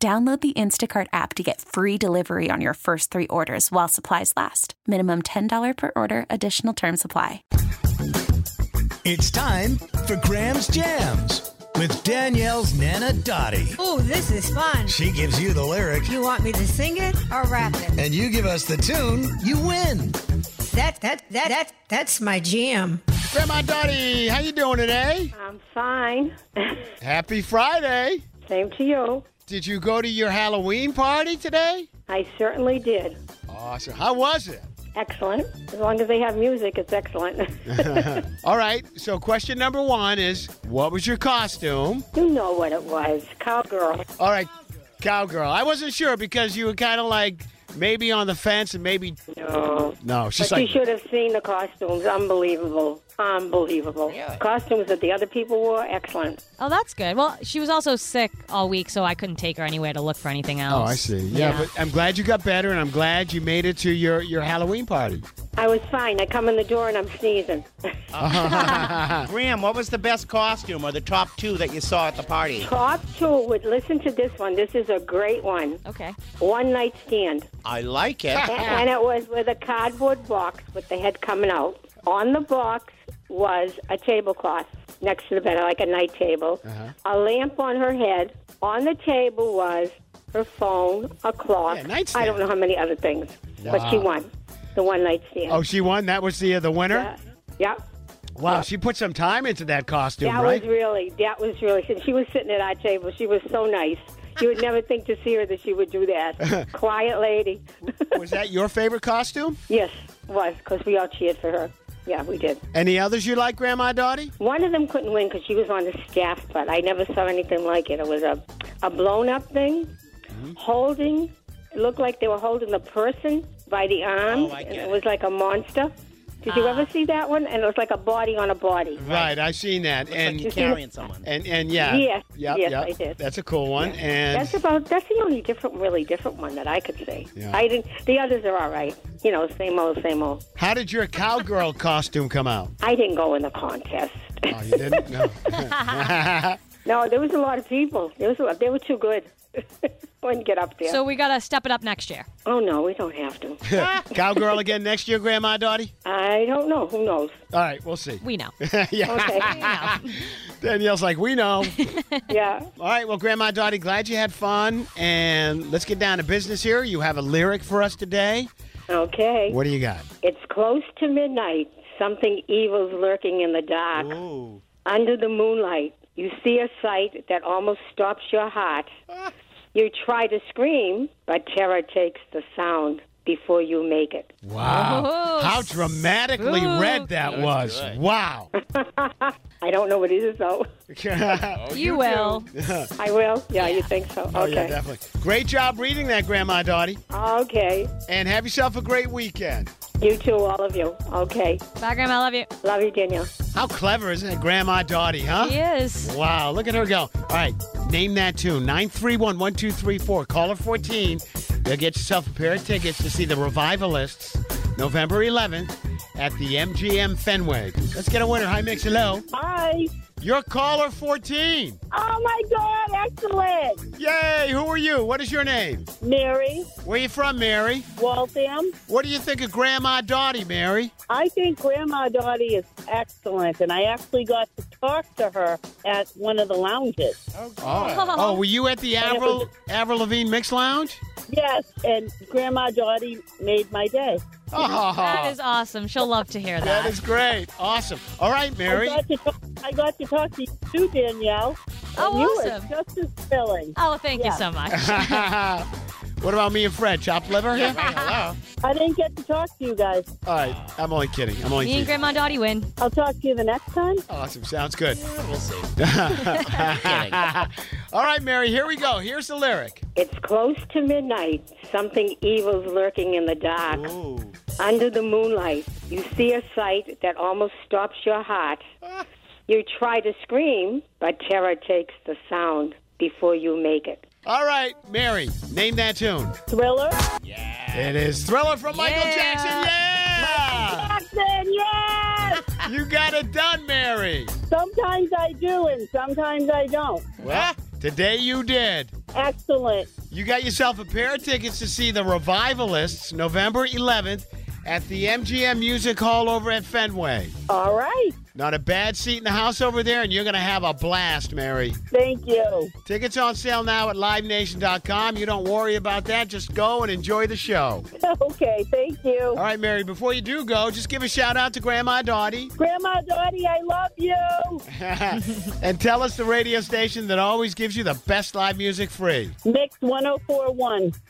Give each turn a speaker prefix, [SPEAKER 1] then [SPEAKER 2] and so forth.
[SPEAKER 1] Download the Instacart app to get free delivery on your first three orders while supplies last. Minimum $10 per order, additional term supply.
[SPEAKER 2] It's time for Graham's Jams with Danielle's Nana Dottie.
[SPEAKER 3] Ooh, this is fun.
[SPEAKER 2] She gives you the lyric,
[SPEAKER 3] You want me to sing it or rap it?
[SPEAKER 2] and you give us the tune, you win.
[SPEAKER 3] That that that that that's my jam.
[SPEAKER 4] Grandma Dottie, how you doing today?
[SPEAKER 5] I'm fine.
[SPEAKER 4] Happy Friday.
[SPEAKER 5] Same to you.
[SPEAKER 4] Did you go to your Halloween party today?
[SPEAKER 5] I certainly did.
[SPEAKER 4] Awesome. How was it?
[SPEAKER 5] Excellent. As long as they have music, it's excellent.
[SPEAKER 4] All right, so question number one is what was your costume?
[SPEAKER 5] you know what it was. Cowgirl.
[SPEAKER 4] All right, cowgirl. I wasn't sure because you were kind of like maybe on the fence and maybe.
[SPEAKER 5] No.
[SPEAKER 4] No, she's
[SPEAKER 5] But you
[SPEAKER 4] like.
[SPEAKER 5] should have seen the costumes. Unbelievable. Unbelievable. Costumes that the other people wore, excellent.
[SPEAKER 6] Oh, that's good. Well, she was also sick all week, so I couldn't take her anywhere to look for anything
[SPEAKER 4] Oh,
[SPEAKER 6] else.
[SPEAKER 4] I see. Yeah, but I'm glad you got better and I'm glad you made it to your, your Halloween party.
[SPEAKER 5] I was fine. I come in the door and I'm sneezing.
[SPEAKER 7] Graham, what was the best costume or the top two that you saw at the party?
[SPEAKER 5] Top two would listen to this one. This is a great one.
[SPEAKER 6] Okay.
[SPEAKER 5] One night stand.
[SPEAKER 7] I like it.
[SPEAKER 5] A- and it was with a cardboard box with the head coming out. On the box was a tablecloth next to the bed, like a night table,
[SPEAKER 4] Uh-huh.
[SPEAKER 5] a lamp on her head. On the table was her phone, a clock.
[SPEAKER 4] Yeah, nightstand.
[SPEAKER 5] I don't know how many other things, but she won the one night stand.
[SPEAKER 4] Oh, she won? That was the, the winner?
[SPEAKER 5] yeah. Yep.
[SPEAKER 4] Wow, she put some time into that costume,
[SPEAKER 5] That
[SPEAKER 4] right?
[SPEAKER 5] was really, that was really. And she was sitting at our table. She was so nice. You would never think to see her that she would do that. Quiet lady.
[SPEAKER 4] was that your favorite costume?
[SPEAKER 5] yes, was because we all cheered for her. Yeah, we did.
[SPEAKER 4] Any others you like, Grandma Dottie?
[SPEAKER 5] One of them couldn't win because she was on the staff, but I never saw anything like it. It was a, a blown up thing, holding. It looked like they were holding the person by the arms,
[SPEAKER 7] Oh, I
[SPEAKER 5] and
[SPEAKER 7] get
[SPEAKER 5] it
[SPEAKER 7] it.
[SPEAKER 5] was like a monster. Did you ever see that one? And it was like a body on a body.
[SPEAKER 4] Right, I've seen that.
[SPEAKER 7] Looks
[SPEAKER 4] and
[SPEAKER 7] like you're carrying someone.
[SPEAKER 4] and and yeah.
[SPEAKER 5] Yes,
[SPEAKER 4] Yep,
[SPEAKER 5] yes,
[SPEAKER 4] yep.
[SPEAKER 5] I did.
[SPEAKER 4] That's a cool one. And
[SPEAKER 5] That's about. That's the only different, really different one that I could see.
[SPEAKER 4] Yeah.
[SPEAKER 5] I didn't. The others are all right. You know, same old, same old.
[SPEAKER 4] how did your cowgirl costume come out?
[SPEAKER 5] I didn't go in the contest.
[SPEAKER 4] Oh, you didn't? No.
[SPEAKER 5] no, there was a lot of people. There was. A lot, they were too good. Wouldn't get up there.
[SPEAKER 6] So we gotta step it up next year.
[SPEAKER 5] oh no, we don't have to.
[SPEAKER 4] cowgirl again next year, Grandma Dottie?
[SPEAKER 5] I don't know. Who knows?
[SPEAKER 4] All right, we'll see.
[SPEAKER 6] We know.
[SPEAKER 5] Okay.
[SPEAKER 4] Danielle's like, we know.
[SPEAKER 5] yeah.
[SPEAKER 4] All right, well, Grandma Dottie, glad you had fun. And let's get down to business here. You have a lyric for us today.
[SPEAKER 5] Okay.
[SPEAKER 4] What do you got?
[SPEAKER 5] It's close to midnight. Something evil's lurking in the dark.
[SPEAKER 7] Ooh.
[SPEAKER 5] Under the moonlight, you see a sight that almost stops your heart. you try to scream, but terror takes the sound before you make it.
[SPEAKER 4] Wow.
[SPEAKER 6] Oh,
[SPEAKER 4] How dramatically
[SPEAKER 6] spook.
[SPEAKER 4] red that was. Wow. Oh,
[SPEAKER 5] I don't know what it is, though.
[SPEAKER 6] you will.
[SPEAKER 5] I will? Yeah, you think so?
[SPEAKER 4] Oh, yeah,
[SPEAKER 5] okay.
[SPEAKER 4] definitely. Great job reading that, Grandma Dottie.
[SPEAKER 5] okay.
[SPEAKER 4] And have yourself a great weekend.
[SPEAKER 5] You too, all of you. Okay.
[SPEAKER 6] Bye, Grandma. I love you.
[SPEAKER 5] Love you, Danielle.
[SPEAKER 4] How clever is that, Grandma Dottie, huh?
[SPEAKER 6] He is.
[SPEAKER 4] Wow, look at her go. All right, name that tune 931 1234. Caller 14. You'll get yourself a pair of tickets to see the Revivalists November 11th at the MGM Fenway. Let's get a winner. Hi, Mix Hello.
[SPEAKER 5] Hi.
[SPEAKER 4] You're caller 14.
[SPEAKER 5] Oh, my God. Excellent.
[SPEAKER 4] Yay, who are you? What is your name?
[SPEAKER 5] Mary
[SPEAKER 4] Where you from, Mary?
[SPEAKER 5] Waltham.
[SPEAKER 4] What do you think of Grandma Dottie, Mary?
[SPEAKER 8] I think Grandma Dottie is excellent, and I actually got to talk to her at one of the lounges.
[SPEAKER 4] Oh, were you at the Avril, Avril Lavigne Mix Lounge?
[SPEAKER 8] Yes, and Grandma Dottie made my day.
[SPEAKER 4] Oh,
[SPEAKER 6] That is awesome. She'll love to hear
[SPEAKER 4] that
[SPEAKER 6] that.
[SPEAKER 4] is great. Awesome. All right,
[SPEAKER 8] I
[SPEAKER 4] Mary.
[SPEAKER 8] got to talk, I got to, talk to you too, Danielle.
[SPEAKER 6] Oh,
[SPEAKER 8] and you were
[SPEAKER 6] awesome.
[SPEAKER 8] just as filling.
[SPEAKER 6] Oh, thank you so much.
[SPEAKER 4] well, What about me and Fred? Chopped liver here?
[SPEAKER 7] Hello.
[SPEAKER 8] I didn't get to talk to you guys.
[SPEAKER 4] All right. I'm only kidding. I'm only
[SPEAKER 6] Me and
[SPEAKER 4] kidding.
[SPEAKER 6] Grandma Dottie win.
[SPEAKER 8] I'll talk to you the next time.
[SPEAKER 4] Awesome. Sounds good.
[SPEAKER 7] We'll see.
[SPEAKER 4] All right, Mary, here we go. Here's the lyric.
[SPEAKER 5] It's close to midnight. Something evil's lurking in the dark.
[SPEAKER 7] Ooh.
[SPEAKER 5] Under the moonlight, you see a sight that almost stops your heart. You try to scream, but terror takes the sound before you make it.
[SPEAKER 4] All right, Mary, name that tune.
[SPEAKER 8] Thriller.
[SPEAKER 4] It is Thriller from Michael
[SPEAKER 6] Yeah.
[SPEAKER 4] Jackson. Yeah!
[SPEAKER 8] Jackson, yes!
[SPEAKER 4] You got it done, Mary.
[SPEAKER 8] Sometimes I do and sometimes I don't.
[SPEAKER 4] Well, today you did.
[SPEAKER 8] Excellent.
[SPEAKER 4] You got yourself a pair of tickets to see the Revivalists November 11th at the MGM Music Hall over at Fenway.
[SPEAKER 8] All right.
[SPEAKER 4] Not a bad seat in the house over there, and you're going to have a blast, Mary.
[SPEAKER 8] Thank you.
[SPEAKER 4] Tickets on sale now at livenation.com. You don't worry about that. Just go and enjoy the show.
[SPEAKER 8] okay, thank you.
[SPEAKER 4] All right, Mary, before you do go, just give a shout out to Grandma Dottie
[SPEAKER 8] Grandma Dottie, I love you.
[SPEAKER 4] and tell
[SPEAKER 8] oh
[SPEAKER 4] us the radio station that always gives you the best live music free.
[SPEAKER 8] Mix 1041.